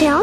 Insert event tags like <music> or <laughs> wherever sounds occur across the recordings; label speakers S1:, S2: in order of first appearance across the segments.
S1: 聊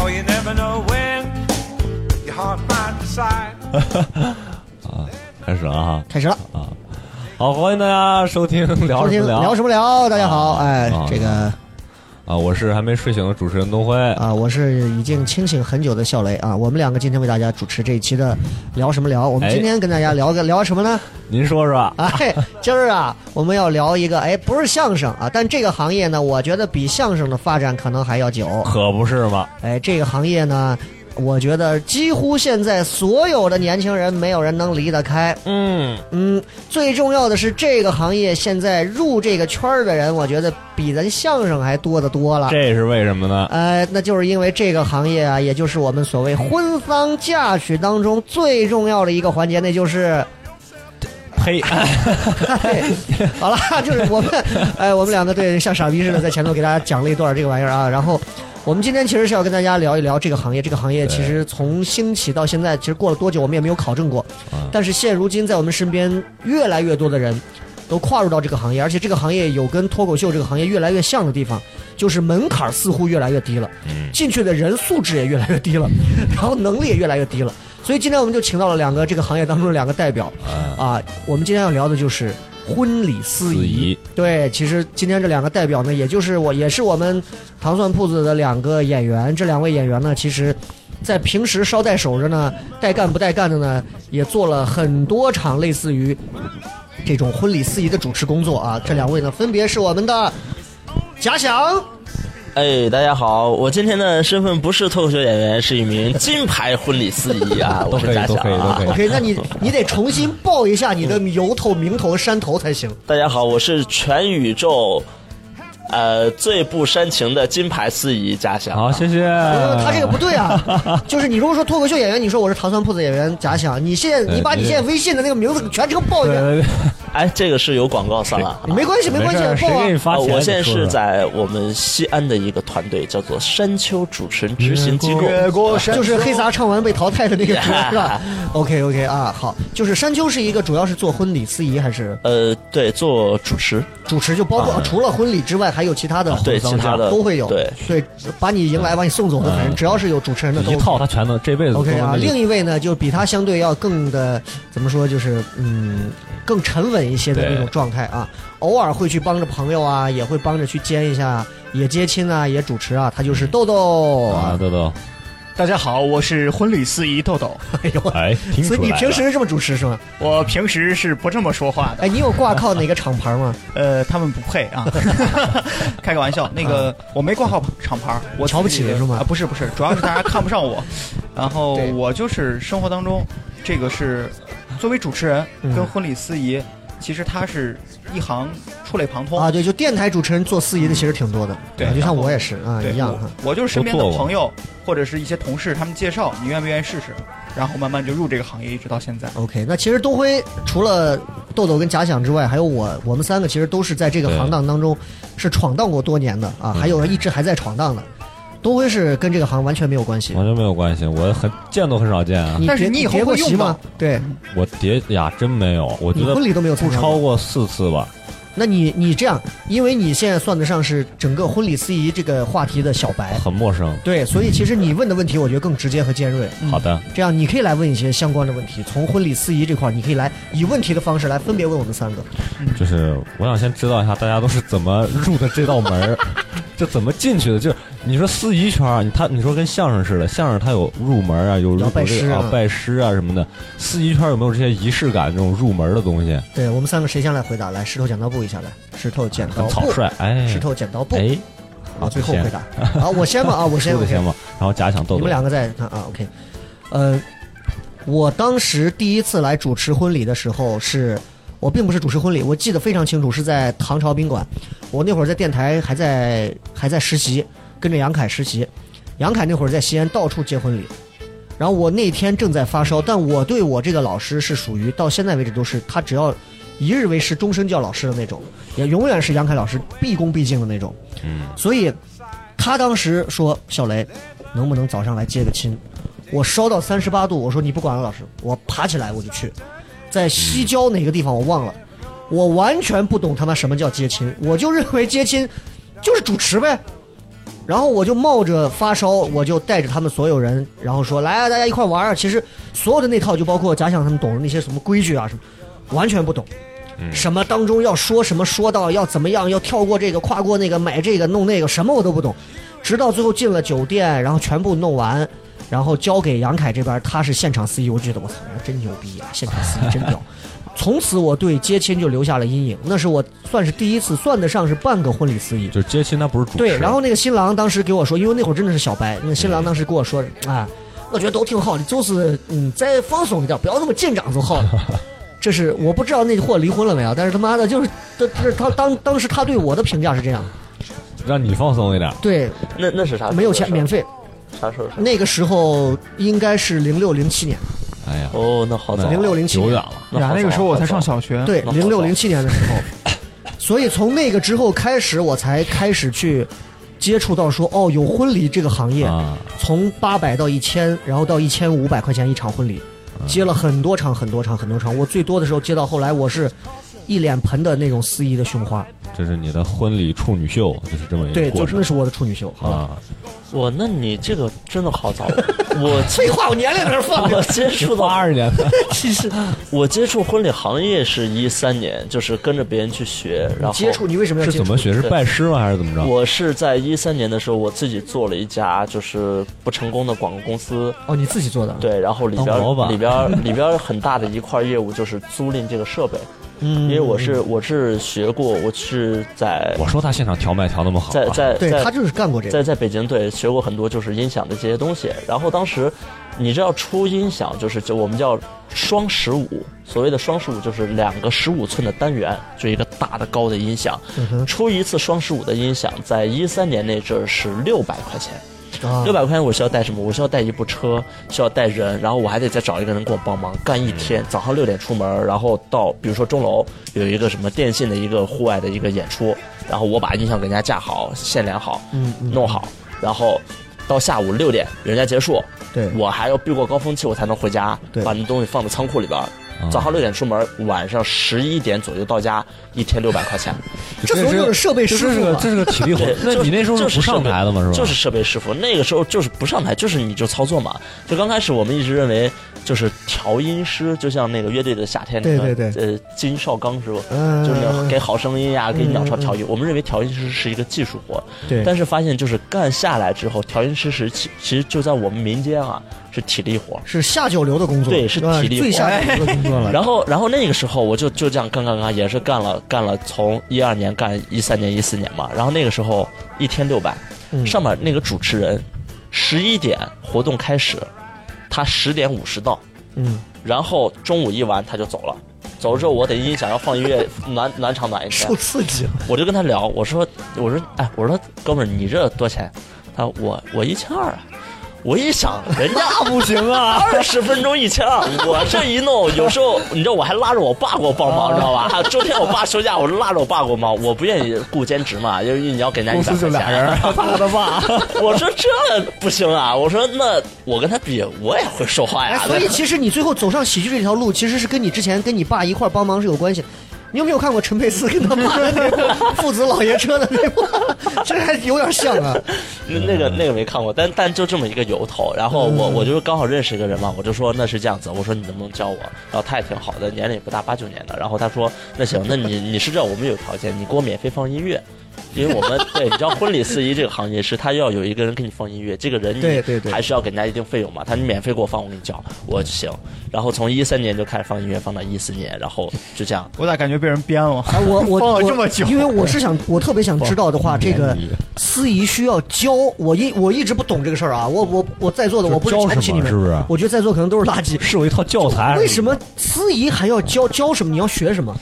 S2: Oh, you never know when your heart might decide.
S3: 开始了哈，
S4: 开始了，
S3: 好，欢迎大家收听聊
S4: 收
S3: 什
S4: 听
S3: 么
S4: 聊
S3: 聊
S4: 什么聊？大家好，
S3: 啊
S4: 哎
S3: 啊，
S4: 这个
S3: 啊！我是还没睡醒的主持人东辉，
S4: 啊，我是已经清醒很久的笑雷啊，我们两个今天为大家主持这一期的聊什么聊？我们
S3: 哎
S4: 今天跟大家聊个聊什么呢？
S3: 您说说， <laughs>
S4: 哎，今儿啊，我们要聊一个，哎，不是相声啊，但这个行业呢，我觉得比相声的发展可能还要久。
S3: 可不是嘛？
S4: 哎，这个行业呢，我觉得几乎现在所有的年轻人，没有人能离得开。
S3: 嗯，
S4: 嗯，最重要的是，这个行业现在入这个圈儿的人，我觉得比咱相声还多得多了。
S3: 这是为什么呢？
S4: 呃，那就是因为这个行业啊，也就是我们所谓婚丧嫁娶当中最重要的一个环节，那就是， <laughs>
S3: 呸！
S4: 哎、 <laughs> 好了，就是我们，哎，我们两个对像傻逼似的在前头给大家讲了一段这个玩意儿啊，然后。我们今天其实是要跟大家聊一聊这个行业，这个行业其实从兴起到现在，其实过了多久我们也没有考证过。
S3: 啊
S4: 但是现如今，在我们身边越来越多的人都跨入到这个行业，而且这个行业有跟脱口秀这个行业越来越像的地方，就是门槛似乎越来越低了， <laughs> 进去的人素质也越来越低了，然后能力也越来越低了。所以今天我们就请到了两个这个行业当中的两个代表啊，我们今天要聊的就是婚礼司
S3: 司
S4: 仪
S3: 仪。
S4: 对，其实今天这两个代表呢，也就是我，也是我们糖蒜铺子的两个演员。这两位演员呢，其实，在平时捎带手着呢，带干不带干的呢，也做了很多场类似于这种婚礼司仪的主持工作啊。这两位呢，分别是我们的假想，
S5: 哎，大家好，我今天的身份不是脱口秀演员，是一名金牌婚礼司仪啊，我是
S3: 都可以
S5: 假想
S3: 都可以都
S5: 啊
S3: 可以。
S4: OK，那你你得重新报一下你的由头、名头、山头才行。
S5: 大家好，我是全宇宙，呃，最不煽情的金牌司仪啊假想。
S3: 好，谢谢。
S4: 呃，哎他这个不对啊， <laughs> 就是你如果说脱口秀演员，你说我是糖蒜铺子演员假想，你现在你把你现在微信的那个名字全程报一
S3: 对
S4: 遍，
S3: 对对，
S5: 哎，这个是有广告商啊。
S4: 没关系，没
S3: 没
S4: 关
S3: 事
S4: 系
S3: 儿，，谁
S4: 报啊
S3: 给。你发
S5: 啊
S3: 钱？
S5: 我现在
S3: 你说
S5: 是
S3: 说
S5: 在我们西安的一个团队，叫做山丘主持人执行机构。
S4: 过
S3: 啊
S4: 山，就是黑撒唱完被淘汰的那
S3: <laughs>
S4: 个歌是吧？OK OK 啊，好，就是山丘是一个主要是做婚礼司仪还是
S5: 呃，对，做主持，
S4: 主持，就包
S3: 啊
S4: 括、除了婚礼之外，还有其他的、
S5: 对其他的
S4: 都会有，
S5: 对
S4: 把你迎来把你送走的，
S3: 嗯
S4: 反正只要是有主持人的都
S3: 一套，他全能，这辈子都
S4: OK 啊。
S3: 能
S4: 另一位呢，就比他相对要更的怎么说，就是嗯，更沉稳一些的那种
S3: 对
S4: 状态啊。偶尔会去帮着朋友啊，也会帮着去兼一下，也接亲啊，也主持啊。他就是豆豆
S3: 啊，豆豆，
S6: 大家好，我是婚礼司仪
S4: <laughs>
S6: 豆豆。
S4: 哎呦，
S3: 哎，听出
S4: 所
S3: 来
S4: 以你平时是这么主持是吗？
S6: 我平时是不这么说话的，
S4: 哎，你有挂靠哪个厂牌吗？
S6: 呃，他们不配啊， <laughs> 开个玩笑。那个我没挂号厂牌，我
S4: 啊
S6: 自己
S4: 瞧不起人是吗
S6: 啊，不是不是，主要是大家看不上
S4: <laughs>
S6: 我。然后
S4: 对
S6: 我就是生活当中，这个是作为主持人
S4: 嗯
S6: 跟婚礼司仪，其实他是一行触类旁通
S4: 啊，。对，就电台主持人做司仪的其实挺多的，
S6: 对
S4: 啊就像
S6: 然后
S4: 我也是啊，
S6: 对，
S4: 一样哈。
S6: 我我就是身边的
S3: 都做过
S6: 朋友
S4: 啊
S6: 或者是一些同事，他们介绍你愿不愿意试试，然后慢慢就入这个行业，一直到现在。
S4: OK，那其实东辉除了豆豆跟假想之外，还有我，我们三个其实都是在这个
S3: 对嗯
S4: 行当当中是闯荡过多年的啊，还有一直还在闯荡的。东辉是跟这个行完全没有关系，
S3: 完全没有关系，我很见都很少见啊，
S4: 你
S6: 但是
S4: 别
S6: 你以后
S4: 别过
S6: 会用
S4: 席吗
S6: 到？
S4: 对，
S3: 我叠呀真没有，我觉
S4: 你
S3: 得
S4: 婚礼都没有参
S3: 不
S4: 加
S3: 超
S4: 过。
S3: 过四次吧。
S4: 那你你这样，因为你现在算得上是整个婚礼司仪这个话题的小白，
S3: 很陌生。
S4: 对，所以其实你问的问题我觉得更直接和尖锐。
S3: 好的，
S4: 这样你可以来问一些相关的问题，从婚礼司仪这块儿，你可以来以问题的方式来分别问我们三个。
S3: 就是我想先知道一下大家都是怎么入的这道门儿，这怎么进去的？就是你说司仪圈儿，你他你说跟相声似的，相声它有入门啊，有入
S4: 要拜
S3: 有这
S4: 师
S3: 个
S4: 啊
S3: 啊拜师啊什么的。司仪圈儿有没有这些仪式感这种入门的东西？
S4: 对我们三个谁先来回答？来，石头剪刀布一下来，石头剪刀
S3: 很草
S4: 布，
S3: 率，哎，
S4: 哦石头剪刀布，
S3: 哎，
S4: 我
S3: 好
S4: 最后
S3: 先
S4: 回答。啊，我先吧啊，
S3: <laughs>
S4: 我先
S3: 说
S4: 我
S3: 的行吗？然后假想豆豆，
S4: 你们两个再看啊，OK。呃，我当时第一次来主持婚礼的时候是，我并不是主持婚礼，我记得非常清楚，是在唐朝宾馆。我那会儿在电台还在还在实习，跟着杨凯实习。杨凯那会儿在西安到处接婚礼，然后我那天正在发烧，但我对我这个老师是属于到现在为止都是他只要一日为师，终身叫老师的那种，也永远是杨凯老师毕恭毕敬的那种。
S3: 嗯，
S4: 所以他当时说：“小雷，能不能早上来接个亲？”我烧到三十八度，我说你不管了，老师，我爬起来我就去，在西郊哪个地方我忘了，我完全不懂他妈什么叫接亲，我就认为接亲就是主持呗。然后我就冒着发烧，我就带着他们所有人，然后说来啊，大家一块玩啊。其实所有的那套，就包括假想他们懂的那些什么规矩啊什么，完全不懂。什么当中要说什么，说到要怎么样，要跳过这个，跨过那个，买这个弄那个，什么我都不懂。直到最后进了酒店，然后全部弄完，然后交给杨凯这边，他是现场司仪，我就觉得我操，真牛逼啊！现场司仪真屌。从此我对接亲就留下了阴影，那是我算是第一次算得上是半个婚礼 E 司仪。
S3: 就是接亲，他不是主持。
S4: 对，然后那个新郎当时给我说，因为那会儿真的是小白，那个新郎当时跟我 <laughs> 说啊，我觉得都挺好的，就是嗯，再放松一点，不要那么紧张就 <laughs> 好了。这是我不知道那货离婚了没有，但是他妈的，就是这这他当当时他对我的评价是这样，
S3: 让你放松一点。
S4: 对，
S5: 那那是啥时候的事儿？
S4: 没有钱，免费。
S5: 啥时候的事儿？
S4: 那个时候应该是零六零七年，
S3: 哎呀，
S5: 哦，那好早，
S4: 零六零七
S3: 久
S4: 年
S3: 远，了。
S5: 那
S6: 呀
S4: 啊
S5: 好，早啊
S6: 那个时候我才上
S5: 好早
S6: 小学，
S4: 对，
S5: 那
S4: 零
S5: 好
S4: 六
S5: 早
S4: 零七年的 <laughs> 时候，所以从那个之后开始，我才开始去接触到说哦，有婚礼这个行业，
S3: 啊，
S4: 从八百到一千，然后到一千五百块钱一场婚礼，
S5: 嗯
S4: 接了很多场很多场很多场。我最多的时候接到后来，我是一脸盆的那种司仪的胸花，
S5: 嗯
S3: 这是你的婚礼处女秀，就是这么一
S4: 对，
S3: 个
S4: 就
S3: 过
S4: 那
S3: 程
S4: 是我的处女秀。好吧，
S3: 啊。
S5: 哇，那你这个真的好早，我
S4: 废话，我年龄在这
S3: <laughs>
S4: 放
S5: <laughs>
S4: 着
S5: 我。接触
S3: 八
S5: 到
S3: 二
S4: <laughs>
S3: 年的，
S4: 其实
S5: 我接触婚礼行业是一三年，就是跟着别人去学，然后
S4: 接触你为什么要
S3: 是
S4: 接
S3: 怎
S4: 触
S3: 么？学？是拜师吗？还是怎么着？
S5: 我是在一三年的时候，我自己做了一家就是不成功的广告公司，
S4: 哦，你自己做的啊？
S5: 对，然后里边
S3: 当老板
S5: 里边里边很大的一块业务就是租赁这个设备，
S4: 嗯，
S5: 因为我是我是学过，我是在
S3: 我说他现场调麦调那么好啊，
S5: 在在
S4: 对
S5: 在
S4: 他就是干过这个。
S5: 在在北京对学过很多就是音响的这些东西，然后当时你知道出音响就是就我们叫双十五，所谓的双十五就是两个十五寸的单元，就一个大的高的音响，
S4: 嗯
S5: 出一次双十五的音响，在一三年那阵儿是六百块钱。
S4: 啊
S5: 六百块钱我需要带什么？我需要带一部车，需要带人，然后我还得再找一个人给我帮忙干
S4: 嗯
S5: 一天。早上六点出门，然后到比如说钟楼有一个什么电信的一个户外的一个演出，然后我把音响给人家架好、线连好，
S4: 嗯嗯
S5: 弄好，然后到下午六点人家结束，
S4: 对
S5: 我还要避过高峰期我才能回家
S4: 对，
S5: 把那东西放到仓库里边。
S3: 啊
S5: 早上六点出门，晚上十一点左右到家，一天六百块钱。
S4: 这
S3: 是
S4: 总有设备
S3: 这
S4: 师
S3: 这是
S4: 傅啊
S3: 个
S4: 吧
S3: 这？是个体力活
S5: <laughs> 对，
S3: 那
S5: 就是
S3: 你那时候
S5: 就是
S3: 不上
S5: 设备
S3: 台的吗？是吧？
S5: 就是设备师傅，那个时候就是不上台，就是你就操作嘛。就刚开始我们一直认为就是调音师，就像那个乐队的夏天，
S4: 对
S5: 那个
S4: 对对，
S5: 呃，金少刚师傅，
S4: 嗯
S5: 就是那种给好声音呀、给鸟巢调音。我们认为调音师是一个技术活，
S4: 对
S5: 但是发现就是干下来之后，调音师是其其实就在我们民间啊是体力活。
S4: 是下九流的工作，
S5: 对是
S4: 啊
S5: 体力活哎
S4: 最下九流的工作了。
S5: <laughs> 然后，然后那个时候我就就这样干干干，也是干了干了，从一二年干一三年一四年嘛。然后那个时候一天六百、
S4: 嗯
S5: 上面那个主持人十一点活动开始，他十点五十到，
S4: 嗯，
S5: 然后中午一完他就走了。走了之后，我得音响要放音乐，暖暖场暖一天
S4: 受。刺激了。
S5: 我就跟他聊，我说，我说，哎，我说，哥们儿，你这多少钱？他说我我一千二啊。我一想，人家不行啊， <laughs> 二十分钟一千二，我这一弄，有时候你知道我还拉着我爸给我帮忙，你知道吧？ <laughs> 还有周天我爸休假，我拉着我爸给我忙，我不愿意雇兼职嘛，因为你要给人家一百块钱。啊
S3: 人，他的爸。
S5: 我说这不行啊，我说那我跟他比，我也会说话
S4: 哎
S5: 呀，。
S4: 所以其实你最后走上喜剧这条路，其实是跟你之前跟你爸一块儿帮忙是有关系的。你有没有看过陈佩斯跟他爸的那部父子老爷车的那部？这还有点像啊。
S5: 那那个那个没看过，但但就这么一个由头。然后我
S4: 嗯
S5: 我就是刚好认识一个人嘛，我就说那是这样子，我说你能不能教我？然后他也挺好的，年龄也不大，八九年的。然后他说那行，那你你是这样，我们有条件，你给我免费放音乐。因为我们对，你知道婚礼司仪这个行业是他要有一个人给你放音乐，这个人你
S4: 对对对
S5: 还是要给人家一定费用嘛。他你免费给我放，我给你交，我行。然后从一三年就开始放音乐，放到一四年，然后就这样。
S6: 我咋感觉被人编了？
S4: 哎，我我
S6: <laughs> 放
S4: 我
S6: 了这么久，
S4: 因为我是想，我特别想知道的话，这个司仪需要教我一我一直不懂这个事儿啊，我我我在座的
S3: 就
S4: 我不是
S3: 教
S4: 瞧不起
S3: 什么
S4: 你们，
S3: 是不是啊
S4: 我觉得在座可能都是垃圾。
S3: 是有一套教材。啊
S4: 为什么司仪还要教教什么？你要学什么？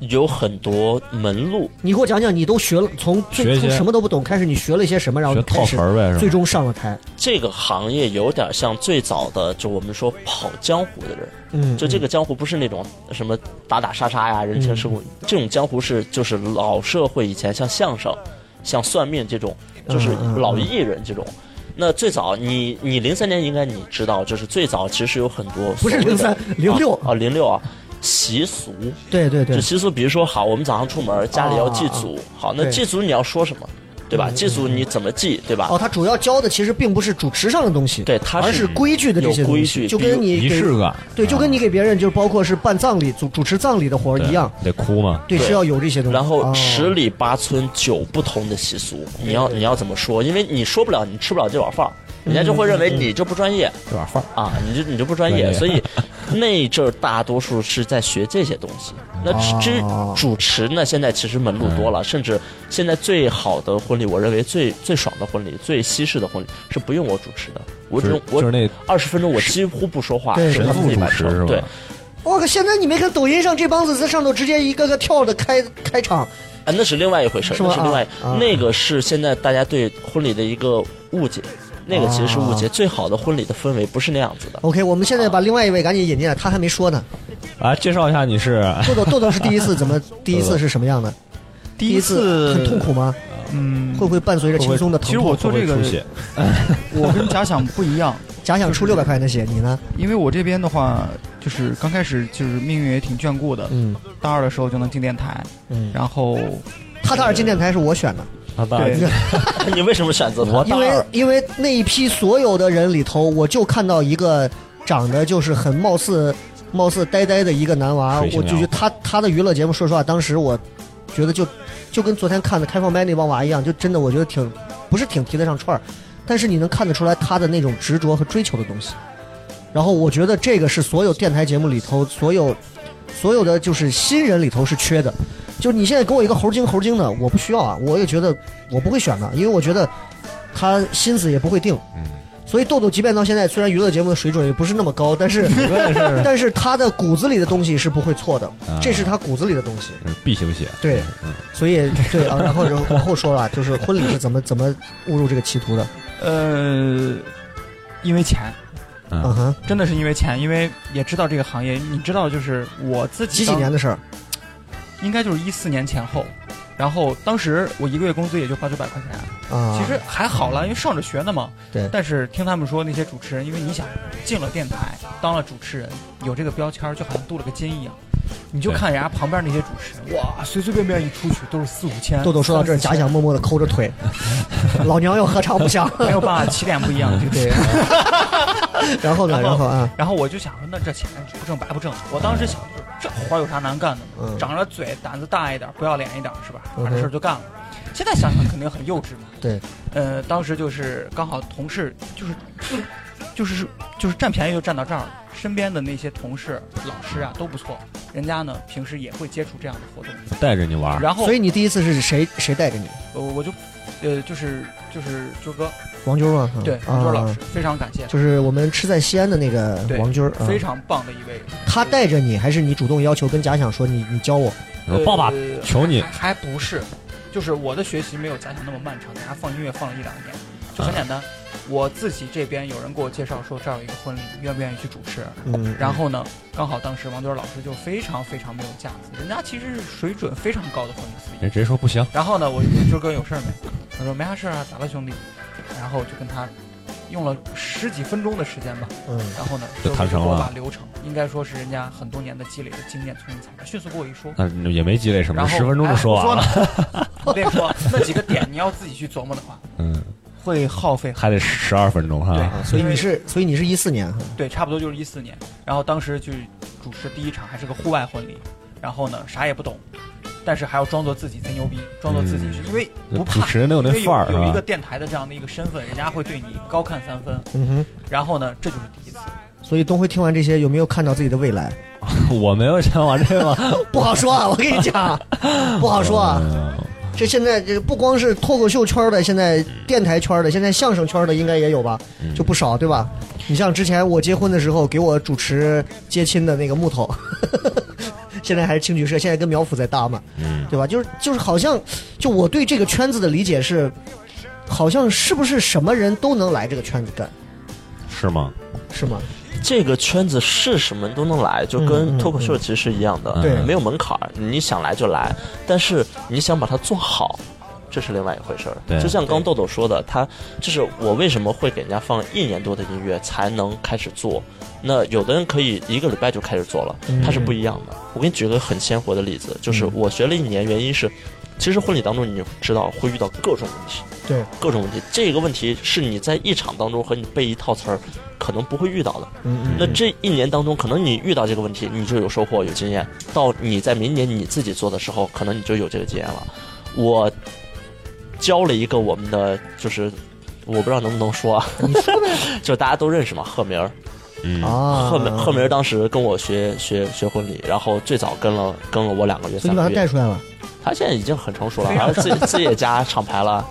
S5: 有很多门路，
S4: 你给我讲讲，你都学了从
S3: 学
S4: 最
S3: 一些
S4: 从什么都不懂开始，你学了一些什么，然后
S3: 学
S4: 开始
S3: 套词儿呗是吧
S4: 最终上了台。
S5: 这个行业有点像最早的，就我们说跑江湖的人。
S4: 嗯，
S5: 就这个江湖不是那种什么打打杀杀呀、人情
S4: 嗯
S5: 世故，这种江湖是就是老社会以前像相声、像算命这种，就是
S4: 嗯嗯
S5: 老艺人这种。那最早你你零三年应该你知道，就是最早其实有很多
S4: 不是
S5: 所谓的
S4: 03 06
S5: 啊零六啊习俗，
S4: 对对对
S5: 就，习俗，比如说好，我们早上出门家里要祭祖，好，那
S4: 对嗯
S5: 祭祖你要说什么，对吧？祭祖你怎么祭，对吧？
S4: 哦，他主要教的其实并不是主持上的东西，
S5: 对它
S4: 而
S5: 是
S4: 是规矩的这些
S5: 有
S4: 东
S5: 规
S4: 西，
S5: 矩
S4: 就
S5: 比如
S4: 跟你
S3: 仪
S4: 给
S3: 式感？啊
S4: 对，就跟你给别人就是包括是办葬礼、主主持葬礼的活儿一样，
S3: 得哭吗？
S4: 对，
S5: 对
S4: 是要有这些东西。
S5: 然后
S4: 哦
S5: 十里八村九不同的习俗，你要你要怎么说？因为你说不了，你吃不了这碗饭，人家就会认为你这不专业
S3: 这碗饭儿
S5: 啊，你就你就不专业。
S3: 专业
S5: 所以那一阵儿大多数是在学这些东西。那至
S4: 哦
S5: 主持呢，现在其实门路多了，甚至现在最好的婚礼，我认为最最爽的婚礼、最西式的婚礼是不用我主持的，我只
S3: 就是
S5: 用我
S3: 就是那
S5: 二十分钟我几乎不说话，
S4: 对
S5: 是
S3: 神
S5: 他们
S3: 父
S5: 自己
S3: 主
S5: 完
S3: 持是
S5: 成。
S3: 吧
S5: 对，？
S4: 我靠！现在你没看抖音上这帮子在上头直接一个个跳着开开场，
S5: 啊，那是另外一回事儿，
S4: 是吗
S5: 那是另外、
S4: 啊啊
S5: 那个是现在大家对婚礼的一个误解，那个其实是误解。
S4: 啊哦
S5: 最好的婚礼的氛围不是那样子的。
S4: OK，我们现在把另外一位赶紧引进来，他还没说呢。
S3: 啊，介绍一下你是
S4: 豆豆，豆豆是第一次，怎么第一次是什么样的？
S6: 第
S4: 一
S6: 次
S4: 很痛苦，吗？
S6: 嗯，
S4: 会不会伴随着轻松的疼
S3: 其
S4: 痛？
S3: 实我做这个
S6: 会出血我跟假想不一样，
S4: 假想出六百块钱的鞋，你呢？
S6: 因为我这边的话，就是刚开始就是命运也挺眷顾的，
S4: 嗯
S6: 大二的时候就能进电台，
S4: 嗯，
S6: 然后
S4: 他的二进电台是我选的，
S3: 他大
S6: 对
S5: <laughs> 你为什么选择他？
S4: 因为因为那一批所有的人里头，我就看到一个长得就是很貌似貌似呆呆的一个男娃，
S3: 水性
S4: 我就觉得
S3: 杨
S4: 他他的娱乐节目，说实话，当时我觉得就就跟昨天看的开放麦那帮娃一样，就真的我觉得挺不是挺提得上串儿，但是你能看得出来他的那种执着和追求的东西。然后我觉得这个是所有电台节目里头所有 <laughs> 所有的就是新人里头是缺的。就你现在给我一个猴精猴精的，我不需要啊，我也觉得我不会选的，因为我觉得他心思也不会定。所以豆豆即便到现在，虽然娱乐节目的水准也不是那么高，但是
S6: <laughs>
S4: 但是他的骨子里的东西是不会错的， <laughs>
S6: 啊
S4: 这是他骨子里的东西。
S3: 啊必修鞋，
S4: 对
S3: 嗯，
S4: 所以对啊，然后就往后说了，就是婚礼是怎么怎么误入这个歧途的。
S6: 啊呃，因为钱，
S4: 嗯
S3: 嗯，
S4: 哼，
S6: 真的是因为钱，因为也知道这个行业，你知道就是我自己
S4: 几几
S6: 当
S4: 年的事儿？
S6: 应该就是一四年前后，然后当时我一个月工资也就八九百块钱，
S4: 啊，
S6: 其实还好啦，因为上着学呢嘛。
S4: 对
S6: 但是听他们说那些主持人，因为你想进了电台，当了主持人，有这个标签儿，就好像镀了个金一样。你就
S3: 对
S6: 看人家旁边那些主持人，哇，随随便便一出去都是四五千。
S4: 豆豆说到这儿，
S6: 三
S4: 假
S6: 四千
S4: 想默默的抠着
S6: <laughs>
S4: 腿，老娘又何尝不想？
S6: 没有办法，起点不
S4: <laughs>
S6: 一样， <laughs> 对不对？
S4: 然后呢，
S6: 然
S4: 然
S6: 后
S4: 后啊，
S6: 然后我就想说，那这钱不挣白不挣。我当时想，就是这活儿有啥难干的呢？
S4: 嗯
S6: 长着嘴，胆子大一点，不要脸一点，是吧？
S4: 嗯哼
S6: 把这事儿就干了。现在想想肯定很幼稚嘛。
S4: 对。
S6: 呃，当时就是刚好同事就是 <coughs> 就是就是占便宜就占到这儿了。身边的那些同事、老师啊都不错，人家呢平时也会接触这样的活动。
S3: 带着你玩儿，
S6: 然后
S4: 啊所以你第一次是谁谁带着你？
S6: 我我就呃就是就是军哥，
S4: 王军吗？啊
S6: 对，王军老，师
S4: 啊，
S6: 非常感谢，
S4: 就是我们吃在西安的那个
S6: 对
S4: 王军儿，啊
S6: 非常棒的一位。
S4: 他带着你，还是你主动要求跟假想说你你教我？
S3: 我说爸爸
S6: 呃
S3: 求你，
S6: 还还不是，就是我的学习没有假想那么漫长，给他放音乐放了一两年，就
S3: 嗯
S6: 很简单。我自己这边有人给我介绍说这儿有一个婚礼，愿不愿意去主持？
S4: 嗯，
S6: 然后呢，刚好当时王娟老师就非常非常没有架子，人家其实是水准非常高的婚礼司仪。
S3: 人直接说不行，
S6: 然后呢，我就说军哥有事儿没？他说没啥事儿啊，咋了兄弟？然后就跟他用了十几分钟的时间吧，
S4: 嗯，
S6: 然后呢，
S3: 就谈成了
S6: 给我把流程，应该说是人家很多年的积累的经验从人才，迅速给我一说，
S3: 那也没积累什么，
S6: 然后
S3: 十分钟就
S6: 哎
S3: 说完
S6: 我
S3: 了，
S6: 说呢，
S3: <laughs>
S6: 我跟你说，那几个点你要自己去琢磨的话，
S3: 嗯，
S6: 会耗费很。
S3: <laughs> 还得十二分钟哈。
S4: 啊，所以你是，所以你是一四年哈，啊
S6: 对，差不多就是一四年。然后当时去主持第一场，还是个户外婚礼。然后呢，啥也不懂，但是还要装作自己贼牛逼，装作自己是因为不
S3: 嗯主
S6: 怕，
S3: 持人得有那
S6: 因为
S3: 范儿
S6: 有
S3: 是
S6: 有一个
S3: 吧？
S6: 电台的这样的一个身份，人家会对你高看三分。
S4: 嗯哼。
S6: 然后呢，这就是第一次。
S4: 所以东辉听完这些，有没有看到自己的未来？
S3: <laughs> 我没有想往这个， <laughs>
S4: 不好说啊，我跟你讲，不好说啊。
S3: 嗯
S4: 这现在这不光是脱口秀圈的，现在电台圈的，现在相声圈的应该也有吧，
S3: 嗯
S4: 就不少，对吧？你像之前我结婚的时候给我主持接亲的那个木头， <laughs> 现在还是青曲社，现在跟苗圃在搭嘛，
S3: 嗯
S4: 对吧？就是就是好像，就我对这个圈子的理解是，好像是不是什么人都能来这个圈子干，
S3: 是吗？
S4: 是吗？
S5: 这个圈子是什么都能来，
S4: 嗯
S5: 就
S4: 嗯嗯
S5: 跟脱口秀其实是一样的，
S4: 对
S5: 没有门槛儿，你想来就来，但是你想把它做好。这是另外一回事
S3: 对
S5: 儿，就像刚豆豆说的，他就是我为什么会给人家放一年多的音乐才能开始做？那有的人可以一个礼拜就开始做了，
S4: 嗯
S5: 它是不一样的。我给你举个很鲜活的例子，就是我学了一年，原因是，其实婚礼当中你知道会遇到各种问题，
S4: 对，
S5: 各种问题，这个问题是你在一场当中和你背一套词儿可能不会遇到的，
S4: 嗯嗯，
S5: 那这一年当中，可能你遇到这个问题，你就有收获、有经验。到你在明年你自己做的时候，可能你就有这个经验了。我教了一个我们的，就是我不知道能不能说，啊， <laughs> 就大家都认识嘛，贺明儿。
S3: 嗯
S4: 啊，
S5: 贺明贺明儿当时跟我学学学婚礼，然后最早跟了跟了我两个月、
S4: 所以
S5: 三
S4: 你把
S5: 个
S4: 他带
S5: 月。
S4: 出来了。
S5: 他现在已经很成熟了，然后自己自己也加厂
S4: <laughs>
S5: 牌了。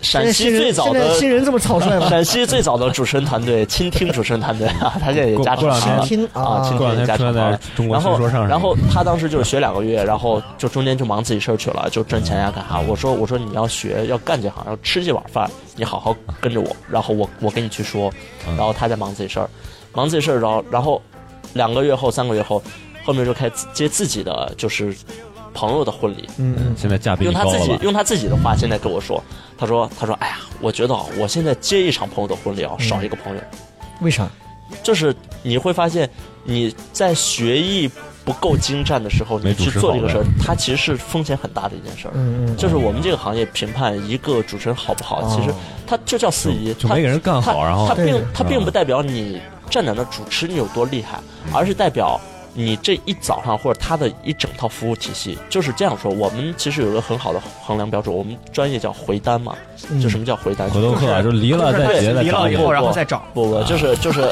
S4: 现
S5: 陕
S4: 在
S5: 西
S4: 新人
S5: 最早
S4: 现在新
S5: 的
S4: 人这么草率
S5: <laughs>
S4: 吗？
S5: 陕西最早的主持人团队， <laughs> 倾听主持人团队啊，他现在也加
S3: 过过
S5: 厂
S3: 两
S5: 牌
S3: 天
S5: 了。
S4: 听
S5: 啊，
S4: 啊
S5: 青，
S3: 过两
S5: 春
S3: 天
S5: 加
S3: 出来
S5: 长
S3: 在
S5: 发
S3: 中国
S5: 然
S3: 新
S5: 后
S3: 说唱上
S5: 然后他当时就是学两个月，然后就中间就忙自己事儿去了，就挣钱呀干啥。我说我说你要学要干这行，要吃这碗饭，你好好跟着我，然后我我跟你去说。
S3: 嗯
S5: 然后他在忙自己事儿，忙自己事儿，然后然后两个月后三个月后，后面就开始接自己的就是朋友的婚礼，
S4: 嗯嗯，
S3: 现在价比
S5: 用
S3: 你
S5: 他
S3: 高
S5: 自
S3: 了
S5: 己
S3: 吧？
S5: 用他自己的话，现在跟我说，他说他说哎呀，我觉得啊我现在接一场朋友的婚礼
S3: 嗯
S5: 啊，少一个朋友。嗯
S4: 为啥？
S5: 就是你会发现你在学艺不够精湛的时候，
S3: 没
S5: 你
S3: 主
S5: 去
S3: 持
S5: 做
S3: 好
S5: 这个
S3: 呗
S5: 事儿，它其实是风险很大的一件事儿。
S4: 嗯嗯，
S5: 就是我们这个行业评判一个主持人好不好，其实
S4: 哦
S5: 它就叫司仪，
S3: 就
S5: 它
S3: 没给人干好，
S5: 它
S3: 然后
S5: 它并
S4: 对
S5: 它
S3: 嗯
S5: 并不代表你站在那主持你有多厉害，而是代表。你这一早上或者他的一整套服务体系就是这样说。我们其实有一个很好的衡量标准，我们专业叫回单嘛。
S4: 嗯
S5: 就什么叫回单？
S3: 回头客啊就离了再结再
S6: 离
S3: 找
S6: 了以
S3: 你。
S6: 后，然后再找。
S5: 哎不不，就是就是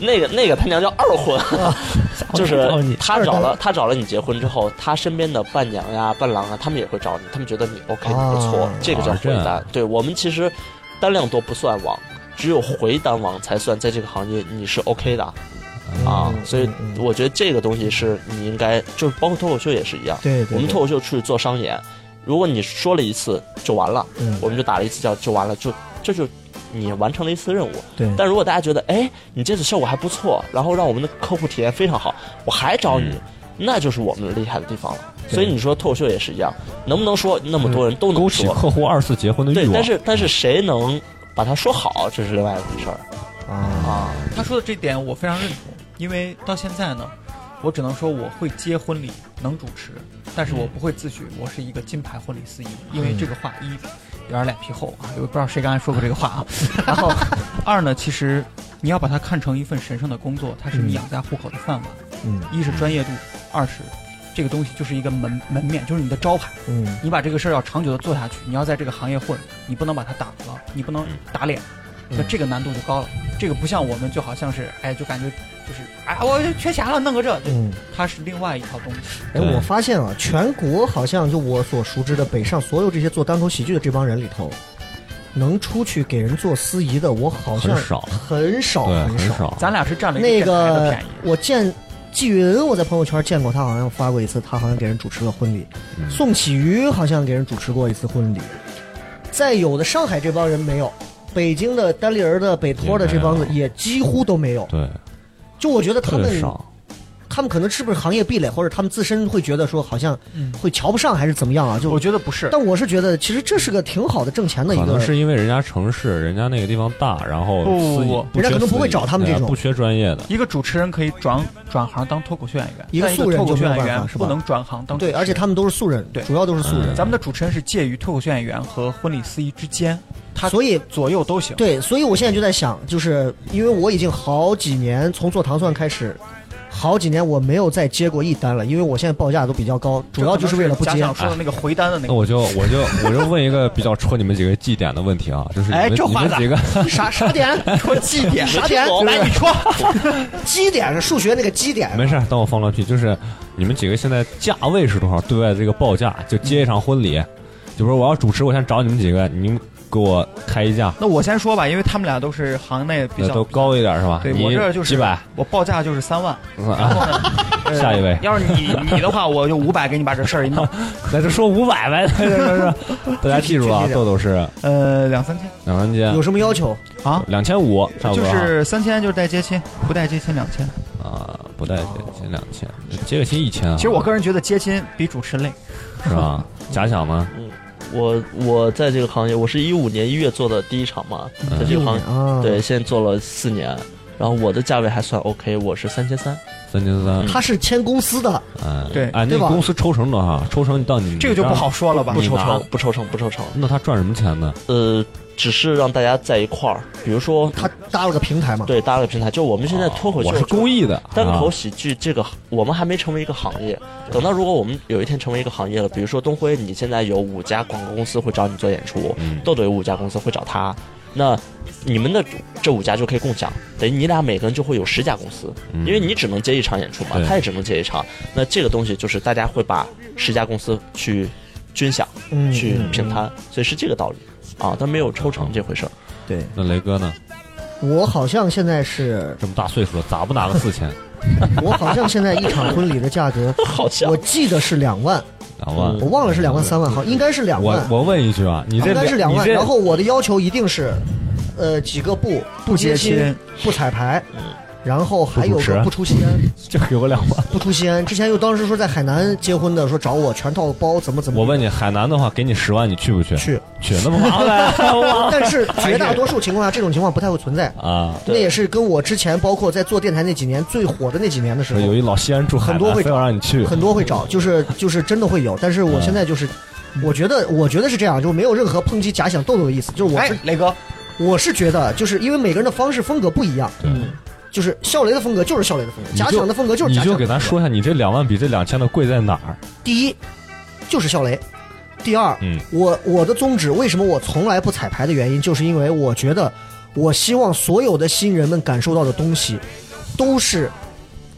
S5: 那个那个他娘叫二婚， <laughs> 就是他找了他找了你结婚之后，他身边的伴娘呀伴郎啊，他们也会找你，他们觉得你 OK 你不错
S4: 啊，
S5: 这个叫
S3: 啊这
S5: 回
S3: 样
S5: 单。对我们其实单量多不算王，只有回单王才算在这个行业你是 OK 的
S4: 嗯
S5: 啊。所以我觉得这个东西是你应该，就是包括脱口秀也是一样，
S4: 对对，
S5: 我们脱口秀出去做商演，如果你说了一次就完了，
S4: 嗯
S5: 我们就打了一次架就完了，就这就你完成了一次任务。
S4: 对
S5: 但如果大家觉得，哎，你这次效果还不错，然后让我们的客户体验非常好，我还找你，那就是我们厉害的地方了。
S4: 对
S5: 所以你说脱口秀也是一样，能不能说那么多人都能
S3: 勾起
S5: 说？
S3: <laughs> 客户二次结婚的欲
S5: 对，
S3: 望。
S5: 但是但是谁能把它说好，这是另外一回事儿
S4: 啊，
S5: 啊。
S6: 他说的这点我非常认同，因为到现在呢，我只能说我会接婚礼，能主持，但是我不会自诩我是一个金牌婚礼司仪，因为这个话一有点脸皮厚啊，我不知道谁刚才说过这个话啊。 <laughs> 然后二呢，其实你要把它看成一份神圣的工作，它是你养家糊口的饭碗，
S4: 嗯
S6: 一是专业度，二是这个东西就是一个门门面，就是你的招牌。
S4: 嗯
S6: 你把这个事儿要长久的做下去，你要在这个行业混，你不能把它打了，你不能打脸，
S4: 嗯
S6: 那这个难度就高了。这个不像我们就好像是，哎，就感觉就是，哎，我就缺钱了，弄个这，
S4: 嗯，
S6: 它是另外一套东西。
S4: 哎，我发现啊，全国好像就我所熟知的北上所有这些做单口喜剧的这帮人里头，能出去给人做司仪的，我好像
S3: 很少，
S4: 很少
S3: 对，
S4: 哦很
S3: 很
S4: 少。
S3: 少。
S6: 咱
S3: <laughs>
S6: 俩是占了一
S4: 那
S6: 个电台的
S4: 个
S6: 便宜，
S4: 我见纪云，我在朋友圈见过他，好像发过一次，他好像给人主持了婚礼。
S3: 嗯
S4: 宋启瑜好像给人主持过一次婚礼。再有的上海这帮人没有，北京的单立人的北托的这帮子
S3: 也没
S4: 也几乎都没有。
S3: 对，
S4: 就我觉得他
S3: 特别
S4: 们
S3: 少。
S4: 他们可能是不是行业壁垒，或者他们自身会觉得说好像
S3: 嗯
S4: 会瞧不上还是怎么样啊？
S6: 我
S4: 就
S6: 觉得不是，
S4: 但我是觉得其实这是个挺好的挣钱的一
S3: 可
S4: 个
S3: 能，是因为人家城市，人家那个地方大，然后
S6: 不不
S3: 司仪
S6: 不
S4: 人家可能不会找他们这种
S3: 对不缺专业的。
S6: 一个主持人可以转转行当脱口秀演员，
S4: 一个
S6: 但
S4: 素人
S6: 脱口
S4: 就
S6: 秀
S4: 没有
S6: 演
S4: 办
S6: 员
S4: 法是吧
S6: 不能转行当主持
S4: 对，
S6: 人
S4: 而且他们都是素人，
S6: 对
S4: 主要都是素人。
S6: 咱们的主持人是介于脱口秀演员和婚礼司仪之间，
S3: 嗯
S6: 他
S4: 所以
S6: 左右都行。
S4: 对，所以我现在就在想，就是因为我已经好几年从做糖蒜开始，好几年我没有再接过一单了，因为我现在报价都比较高，主要就是为了不
S6: 假
S4: 接。啊
S6: 想说的那个回单的那
S3: 那
S6: 个，
S3: 我就我就我就问一个比较戳你们几个忌点的问题啊，就是你
S6: 哎
S3: 们
S6: 这
S3: 你
S6: 话
S3: 们
S6: 咋
S3: 几个
S4: <laughs> 啥啥点？
S6: 说绩
S4: <laughs>
S6: 点，哎
S4: 啥点？
S6: 来你说，
S4: 基点是数学那个基点。
S3: 没事儿，当我放上去，就是你们几个现在价位是多少？对外的这个报价，就接一场婚礼，就说我要主持，我想找你们几个，你们给我开一价，
S6: 那我先说吧，因为他们俩都是行内比
S3: 那
S6: 较
S3: 都高一点是吧？
S6: 对
S3: 你
S6: 我这儿就是
S3: 几百， <laughs>
S6: 我报价就是三万，然后
S3: 啊，
S6: 呢，
S3: <laughs>
S6: 呃
S3: 下一位
S6: 要是你你的话，我就五百给你把这事儿
S3: <laughs>
S6: 一弄，
S3: 那就说五百呗，是是是，大家记住啊
S4: 具体具体，点
S3: 豆豆是
S6: 呃，两三千
S3: 两三千
S4: 有，什么要求？
S6: 啊，
S3: 两千五差不
S6: 就
S3: 多啊
S6: 是三千就是带接亲，不带接亲两千。
S3: 啊，不带亲两千，接个亲一千啊，
S6: 其实我个人觉得接亲比主持累，
S3: 是吧？假想吗？
S5: 我我在这个行业，我是一五年一月做的第一场嘛，在这个行业，
S4: 啊，
S5: 对，，现在做了四年，然后我的价位还算 OK，我是三千三，
S3: 三千三，
S4: 他是签公司的，
S3: 哎，
S6: 对
S3: 哎，那
S4: 对吧
S3: 公司抽成多少？抽成到你
S6: 这个就不好，说了吧
S5: 不？抽
S3: 你拿
S5: 成，不抽成，不抽成，
S3: 那他赚什么钱呢？
S5: 呃，只是让大家在一块儿，比如说
S4: 他搭了个平台嘛。
S5: 对搭了个平台，就我们现在脱口秀、
S3: 啊我是公益的，
S5: 单口
S3: 啊
S5: 喜剧这个，我们还没成为一个行业。等到如果我们有一天成为一个行业了，比如说东辉，你现在有五家广告公司会找你做演出，
S3: 嗯
S5: 豆豆有五家公司会找他，那你们的这五家就可以共享，等于你俩每个人就会有十家公司，
S3: 嗯
S5: 因为你只能接一场演出嘛
S3: 对，
S5: 他也只能接一场。那这个东西就是大家会把十家公司去均享、
S4: 嗯，
S5: 去平摊，所以是这个道理啊，但没有抽成这回事儿。
S4: 对，
S3: 那雷哥呢？
S4: 嗯我好像现在是，
S3: 这么大岁数了，咋不拿个四千
S4: 我好像现在一场婚礼的价格，
S5: 好像
S4: 我记得是两万，
S3: 两万？
S4: 我忘了是两万三万，好，应该是嗯两
S3: 我
S4: 万，
S3: 我问一句啊，你这
S4: 应该是两
S3: 你
S4: 万。
S3: 这
S4: 然后我的要求一定是，呃，几个不不接亲，不彩排，然后还有
S3: 嗯不主持啊
S4: 个不出西安，
S3: <laughs> 就给我两万。
S4: 不出西安。之前又当时说在海南结婚的，说找我全套包，怎么怎么。
S3: 我问你，海南的话给你十万，你去不去？
S4: 去，
S3: 去，那么麻烦哇
S4: 但
S3: <laughs>
S4: 是绝大多数情况下，这种情况不太会存在。
S3: 啊！
S4: 那也是跟我之前包括在做电台那几年最火的那几年的时
S3: 说有
S4: 候，
S3: 一老西安住海
S4: 很多
S3: 南，
S4: 会
S3: 非要让你去，
S4: 很多会找，就是就是真的会有。但是
S3: 嗯
S4: 我现在就是，我觉得我觉得是这样，就没有任何抨击假想豆豆的意思。就是我
S6: 哎
S4: 是，
S6: 雷哥，
S4: 我是觉得，就是因为每个人的方式风格不一样，
S3: 对
S4: 就是笑雷的风格就是笑雷的风格，
S3: 你就
S4: 假想的风格就是
S3: 你
S4: 假想
S3: 就
S4: 的
S3: 给
S4: 风格。
S3: 咱说一下，你这两万比这两千的贵在哪儿？
S4: 第一就是笑雷，第二，
S3: 嗯
S4: 我我的宗旨为什么我从来不彩排的原因，就是因为我觉得我希望所有的新人们感受到的东西都是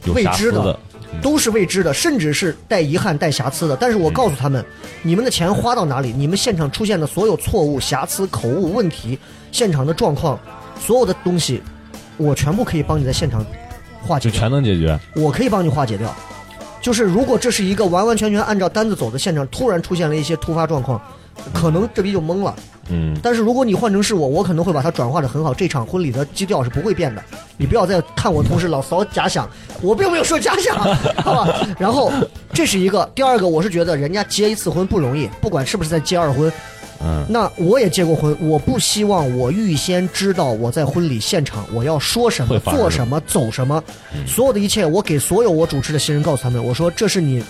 S3: 有
S4: 未
S3: 瑕疵
S4: 知的。都是未知的，甚至是带遗憾、带瑕疵的。但是我告诉他们，你们的钱花到哪里，你们现场出现的所有错误、瑕疵、口误、问题，现场的状况，所有的东西，我全部可以帮你在现场化解
S3: 就
S4: 掉，
S3: 全能解决。
S4: 我可以帮你化解掉。就是如果这是一个完完全全按照单子走的现场，突然出现了一些突发状况，可能这逼就懵了。
S3: 嗯，
S4: 但是如果你换成是我，我可能会把它转化的很好。这场婚礼的基调是不会变的，你不要再看我同事老扫假想，我并没有说假想， <laughs> 好吧？然后这是一个，第二个我是觉得人家结一次婚不容易，不管是不是在结二婚，
S3: 嗯，
S4: 那我也结过婚，我不希望我预先知道我在婚礼现场我要说什么
S3: 会、发生嗯
S4: 做什么、走什么，所有的一切，我给所有我主持的新人告诉他们，我说这是你，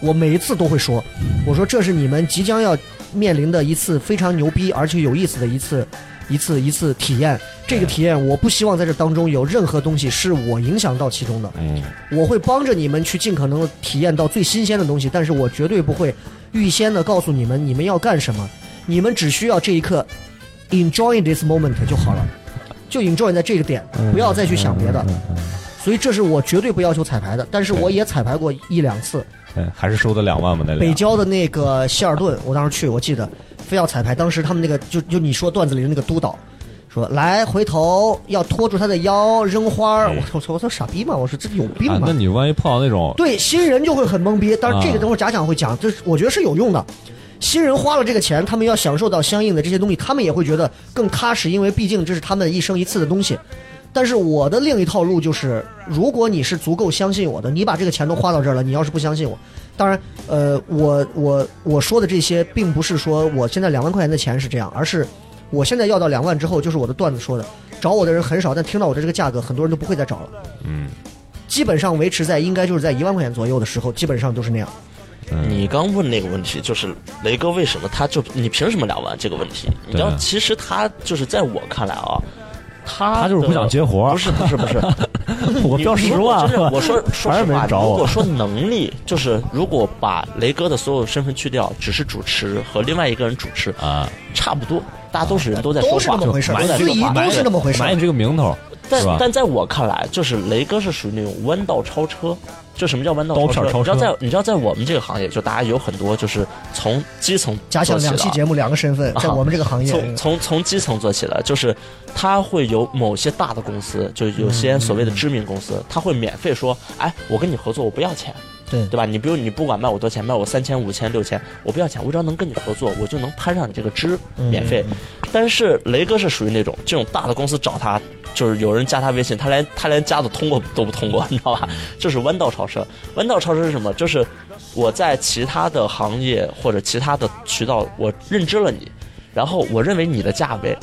S4: 我每一次都会说，我说这是你们即将要面临的一次非常牛逼而且有意思的一次。一次一次体验，
S3: 嗯
S4: 这个体验我不希望在这当中有任何东西是我影响到其中的。
S3: 嗯，
S4: 我会帮着你们去尽可能的体验到最新鲜的东西，但是我绝对不会预先的告诉你们你们要干什么，你们只需要这一刻 enjoy this moment 就好
S3: 嗯
S4: 了，就 enjoy 在这个点，不要再去想别的。所以这是我绝对不要求彩排的，但是我也彩排过一两次。
S3: 哎还是收的两万吧，那
S4: 北
S3: 俩。
S4: 郊的那个希尔顿，我当时去，我记得非要彩排，当时他们那个就就你说段子里的那个督导。说来，回头要拖住他的腰扔花儿。我我说我说傻逼吗？我说这有病
S3: 啊，
S4: 吗？
S3: 那你万一碰到那种
S4: 对新人就会很懵逼。当然，这个
S3: 啊
S4: 等会儿假想会讲，就是我觉得是有用的。新人花了这个钱，他们要享受到相应的这些东西，他们也会觉得更踏实，因为毕竟这是他们一生一次的东西。但是我的另一套路就是，如果你是足够相信我的，你把这个钱都花到这儿了，你要是不相信我，当然，呃，我我我说的这些，并不是说我现在两万块钱的钱是这样，而是我现在要到两万之后，就是我的段子说的，找我的人很少，但听到我的这个价格，很多人都不会再找了。基本上维持在应该就是在一万块钱左右的时候，基本上都是那样。
S5: 你刚问那个问题，就是雷哥为什么他就你凭什么两万这个问题？你知道，
S3: 对
S5: 其实他就是在我看来啊，他
S3: 他就是不想
S5: 的
S3: 接活儿
S5: 不是不是
S4: <laughs>
S5: 不是，
S3: <laughs> 我
S5: 你
S3: 标十
S5: 如果
S3: 万
S4: 啊
S5: 真，的我
S3: <laughs>
S5: 说说
S3: 反
S5: 实
S3: 正没
S5: 话，
S3: 人找
S5: 如果
S3: 我。
S5: 说能力，就是如果把雷哥的所有身份去掉，只是主持和另外一个人主持，
S3: 啊，
S5: 差不多，大家都是人都在说
S4: 都是
S5: 话，
S4: 那么回事
S5: 就
S4: 儿
S5: 埋在，这
S4: 司
S5: 个
S4: 仪
S5: 话
S4: 都是那么回事儿
S3: 买。你这个名头，
S5: 但
S3: 是吧
S5: 但在我看来，就是雷哥是属于那种弯道超车。就什么叫弯道
S3: 刀
S5: 超
S3: 片超
S5: 车？你知道
S3: 车
S5: 在你知道在我们这个行业，就大家有很多就是从基层
S4: 假想
S5: 做起
S4: 两
S5: 的
S4: 期
S5: 啊
S4: 节目两个身
S5: <laughs>
S4: 份，在我们这个行业，
S5: 从从从基层做起的，就是他会有某些大的公司，就有些
S4: 嗯
S5: 所谓的知名公司，他会免费说，哎，我跟你合作，我不要钱，
S4: 对
S5: 对吧？你比如你不管卖我多钱，卖我三千、五千、六千，我不要钱，我只要能跟你合作，我就能攀上你这个枝，
S4: 嗯
S5: 免费。但是雷哥是属于那种这种大的公司找他，就是有人加他微信，他连他连加的通过都不通过，你知道吧？
S4: 嗯
S5: 就是弯道超车。弯道超车是什么？就是我在其他的行业或者其他的渠道，我认知了你，然后我认为你的价位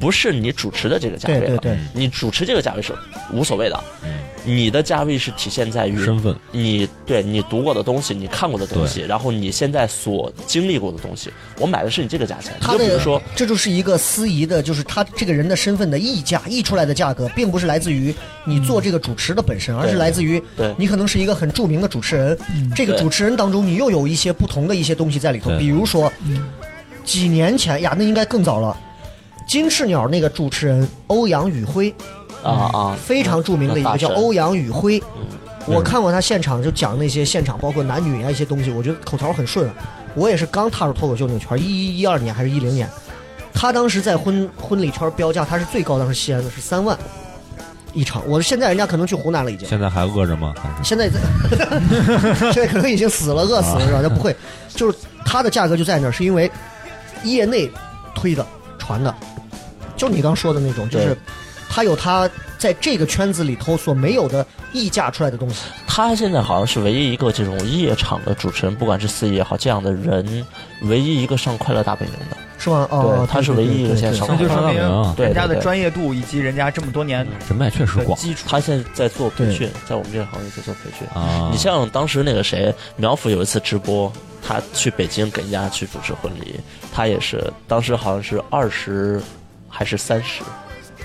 S5: 不是你主持的这个价位
S4: 对
S5: 了，
S4: 对对，嗯
S5: 你主持这个价位是无所谓的，你的价位是体现在于
S3: 身份
S5: 你对你读过的东西，你看过的东西，然后你现在所经历过的东西，我买的是你这个价钱。
S4: 他
S5: 就比如
S4: 的
S5: 说，
S4: 这就是一个司仪的，就是他这个人的身份的溢价溢出来的价格，并不是来自于你做这个主持的本身，而是来自于
S5: 对嗯
S4: 你可能是一个很著名的主持人，这个
S5: 对
S4: 主持人当中你又有一些不同的一些东西在里头，
S3: 对
S4: 比如说几年前呀，那应该更早了。金翅鸟那个主持人欧阳宇辉，
S5: 啊啊，
S4: 非常著名的一个叫欧阳宇辉，我看过他现场就讲那些现场，包括男女啊一些东西，我觉得口条很顺啊。我也是刚踏入脱口秀那个圈，一一一二年还是一零年，他当时在婚婚礼圈标价，他是最高，当时西安的是三万一场。我现在人家可能去湖南了已经，
S3: 现在还饿着吗？还是
S4: 现在 <laughs> 在现在可能已经死了，饿死
S5: 啊
S4: 了是吧？他不会，就是它的价格就在那儿，是因为业内推的、传的，就你刚说的那种，就是
S5: 对
S4: 它有它在这个圈子里头所没有的溢价出来的东西。
S5: 他现在好像是唯一一个这种夜场的主持人，不管是司仪也好，这样的人，唯一一个上《快乐大本营》的。
S4: 是吗？哦
S5: 对，他是
S4: 对对
S5: 唯一一个
S4: 对对
S5: 线上
S3: 那
S4: 对
S3: 就是上大明啊，
S5: 对
S6: 人家的
S5: 对对
S6: 专业度以及人家这么多年
S3: 人脉确实
S6: 的
S3: 广
S6: 基础。
S5: 他现在在做培
S4: 对
S5: 训，在我们这个行业在做培训。
S3: 啊。
S5: 你像当时那个谁，苗阜有一次直播，他去北京给人家去主持婚礼，他也是当时好像是二十还是三十，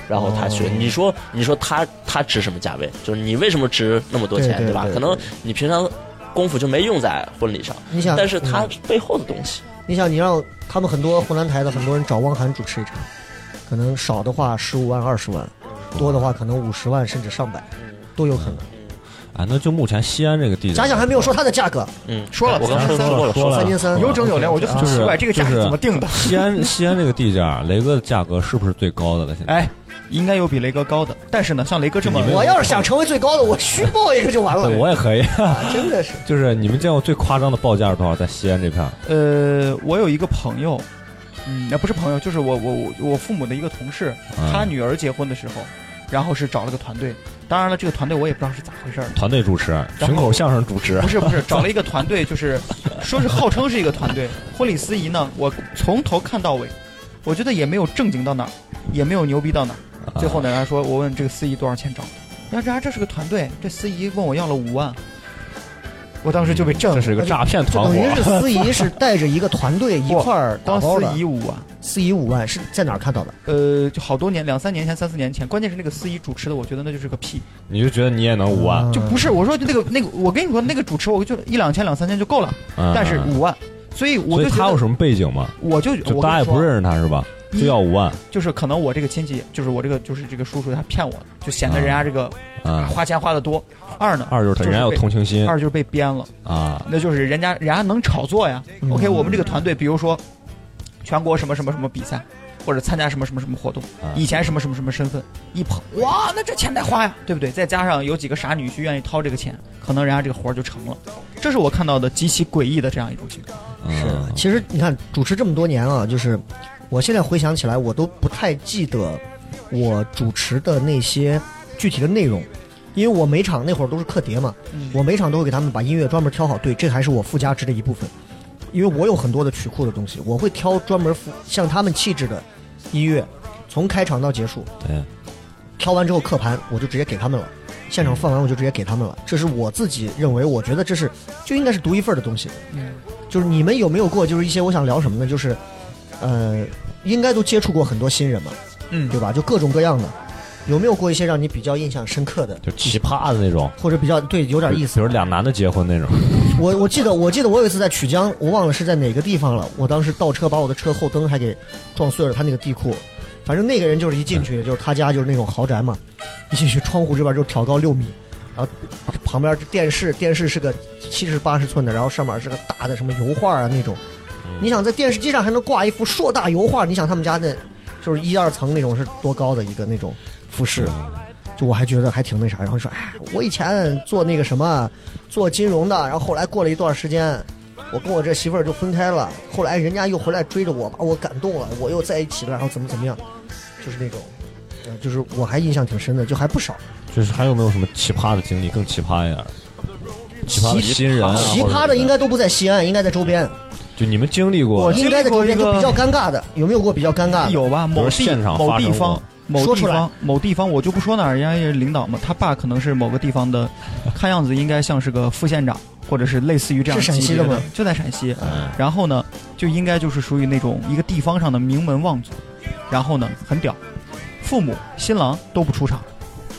S5: 然后他去，
S3: 哦
S5: 你说你说他他值什么价位？就是你为什么值那么多钱，
S4: 对对
S5: 吧？
S4: 对
S5: 可能你平常功夫就没用在婚礼上，
S4: 你想
S5: 但是他
S4: 嗯
S5: 背后的东西，
S4: 你想，你让他们很多湖南台的很多人找汪涵主持一场，可能少的话十五万、二十万，多的话可能五十万甚至上百，都有可能。
S5: 嗯
S3: 啊，那就目前西安这个地，
S4: 假想还没有说它的价格，
S5: 嗯，
S6: 说了
S5: 我刚
S6: 说
S5: 说
S6: 了
S5: 过
S3: 嗯
S5: 了，
S3: 说了
S4: 三千三
S6: 有整有量，我就很奇怪
S3: 就
S6: 这
S3: 是
S6: 个价
S3: 就是
S6: 是怎么定的。
S3: 西安西安这个地价，雷哥的价格是不是最高的了？现在
S6: 哎，应该有比雷哥高的，但是呢，像雷哥这么，
S4: 我要是想成为最高的，我虚报一个就完了
S3: 对，。我也可以。
S4: 真
S3: <laughs>
S4: 的是，
S3: 就是你们见过最夸张的报价是多少？在西安这片儿，
S6: 呃，我有一个朋友，嗯，那不是朋友，就是我我我我父母的一个同事，
S3: 嗯
S6: 他女儿结婚的时候，然后是找了个团队，当然了，这个团队我也不知道是咋回事儿。
S3: 团队主持，群口相声主持
S6: 不，是不是，找了一个团队，就是说是号称是一个团队。婚礼司仪呢，我从头看到尾，我觉得也没有正经到哪儿，也没有牛逼到哪
S3: 啊
S6: 儿。最后呢，人家说我问这个司仪多少钱找的，人家说啊这是个团队，这司仪问我要了五万，我当时就被
S3: 嗯
S6: 震
S3: 这
S6: 了。
S3: 是一个诈骗
S4: 就
S3: 团伙
S4: 等。于是司仪是带着一个团队一块
S3: <laughs>
S4: 儿打
S6: 当
S4: 包
S6: 司
S4: 的
S6: 仪。五万，
S4: 司仪五万是在哪儿看到的？
S6: 呃，就好多年，两三年前、三四年前，关键是那个司仪主持的，我觉得那就是个屁，
S3: 你就觉得你也能五万？
S4: 嗯
S6: 就不是我说就那个那个，我跟你说那个主持我就一两千、两三千就够了，
S3: 嗯
S6: 但是
S3: 嗯
S6: 五万，所以我
S3: 所以
S6: 就
S3: 他
S6: 觉
S3: 有
S6: 得，
S3: 什么背景吗？
S6: 我就
S3: 就
S6: 我
S3: 大家也
S6: 跟你
S3: 不
S6: 说，
S3: 认识他是吧？就要五万
S6: 就是可能我这个亲戚，就是我这个就是这个叔叔他骗我的，就显得人家这个
S3: 啊！
S6: 花钱花的多。二呢，
S3: 二就是他人家有同情心
S6: 二就是被编了，
S3: 啊，
S6: 那就是人家人家能炒作呀。OK，我
S3: 嗯
S6: 们这个团队，比如说全国什么什么什么比赛，或者参加什么什么什么活动，
S3: 啊
S6: 以前什么什么什么身份，一捧哇，那这钱得花呀，对不对？再加上有几个傻女婿愿意掏这个钱，可能人家这个活儿就成了。这是我看到的极其诡异的这样一种情况。
S3: 嗯
S4: 其实你看主持这么多年啊，就是我现在回想起来，我都不太记得我主持的那些具体的内容，因为我每场那会儿都是课碟嘛，我每场都会给他们把音乐专门挑好，对，这还是我附加值的一部分，因为我有很多的曲库的东西，我会挑专门附像他们气质的音乐，从开场到结束，
S3: 对，
S4: 挑完之后刻盘，我就直接给他们了。现场放完我就直接给他们了，这是我自己认为，我觉得这是就应该是独一份儿的东西。
S6: 嗯，
S4: 就是你们有没有过，就是一些我想聊什么呢？就是，呃，应该都接触过很多新人嘛，
S6: 嗯
S4: 对吧？就各种各样的，有没有过一些让你比较印象深刻的，
S3: 就奇葩的那种，
S4: 或者比较对有点意
S3: 比
S4: 思
S3: 如？俩男的结婚那种，
S4: 我我记得我记得我有一次在曲江，我忘了是在哪个地方了，我当时倒车把我的车后灯还给撞碎了，他那个地库。反正那个人就是一进去，就是他家就是那种豪宅嘛，一进去窗户这边就挑高六米，然后旁边电视电视是个七十八十寸的，然后上面是个大的什么油画啊那种，你想在电视机上还能挂一幅硕大油画，你想他们家那就是一二层那种是多高的一个那种复式，就我还觉得还挺那啥。然后说，哎，我以前做那个什么，做金融的，然后后来过了一段时间，我跟我这媳妇儿就分开了。后来人家又回来追着我，把我感动了，我又在一起了，然后怎么怎么样，就是那种，呃就是我还印象挺深的，就还不少。
S3: 就是还有没有什么奇葩的经历更奇葩一点儿？奇葩的
S4: 奇
S3: 新人啊，
S4: 奇
S3: 或者
S4: 葩
S3: 是
S4: 的应该都不在西安，应该在周边，
S3: 就你们经历过
S6: 我
S3: 的，
S4: 应该在周边
S6: 经历
S4: 就
S6: 过一
S4: 比
S6: 个
S4: 较尴尬的，有没有过啊比较尴尬的？
S6: 有吧？
S3: 比
S6: 哎某
S3: 如
S6: 地
S3: 现场
S6: 某
S3: 发生
S6: 地方
S3: 过
S6: 某
S4: 说
S6: 地
S4: 出来
S6: 方某地方，我就不说哪儿，人家也是领导嘛，他爸可能是某个地方的，看样子应该像是个副县长，或者是类似于这样
S4: 是陕西
S6: 级别
S4: 的
S6: 的
S4: 吗
S6: 就在陕西。
S3: 嗯
S6: 然后呢，就应该就是属于那种一个地方上的名门望族，然后呢很屌，父母、新郎都不出场，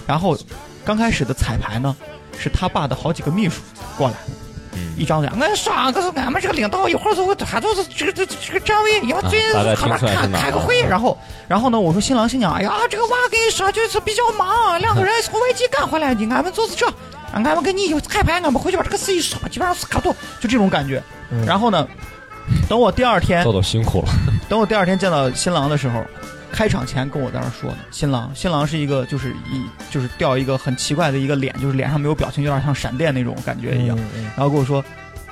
S6: 然后刚开始的彩排呢，是他爸的好几个秘书过来。
S3: 嗯
S6: 一张脸，俺上个是俺们这个领导一会儿就喊着这个这个这个站位，要
S3: 啊
S6: 最
S3: 大概
S6: 开
S3: 听出来是
S6: 开
S3: 哪啊
S6: 开
S3: 儿
S6: 个
S3: 了
S6: 会，然后然后呢，我说新郎新娘，哎呀，这个娃跟你说就是比较忙，两个人从外地赶回来的，俺们就是这，俺们跟你有彩排，俺们回去把这个事一说吧，基本上是差不多，就这种感觉。然后呢，等我第二天
S3: 豆豆辛苦了，
S6: 等我第二天见到新郎的时候，开场前跟我在那儿说呢，新郎，新郎是一个就是一就是掉一个很奇怪的一个脸，就是脸上没有表情，有点像闪电那种感觉一样。然后跟我说，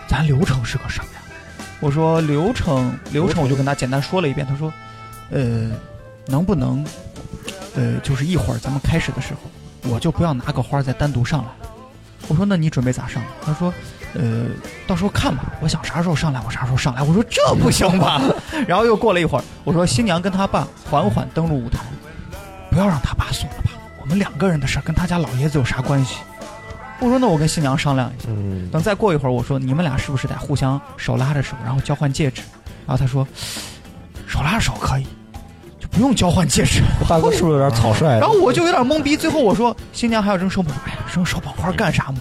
S6: 咱流程是个啥呀？我说流程流程，我就跟他简单说了一遍。他说，呃，能不能，呃，就是一会儿咱们开始的时候，我就不要拿个花儿再单独上来。我说那你准备咋上？他说，呃，到时候看吧，我想啥时候上来我啥时候上来。我说这不行吧。然后又过了一会儿，我说新娘跟她爸缓缓登陆舞台，不要让他爸送了吧，我们两个人的事儿跟他家老爷子有啥关系？我说那我跟新娘商量一下。
S3: 嗯，
S6: 等再过一会儿，我说你们俩是不是得互相手拉着手，然后交换戒指？然后他说手拉着手可以，就不用交换戒指。
S3: 大哥是不是有点草率啊
S6: 然后我就有点懵逼。最后我说新娘还要扔手捧花，哎呀，扔手捧花干啥嘛？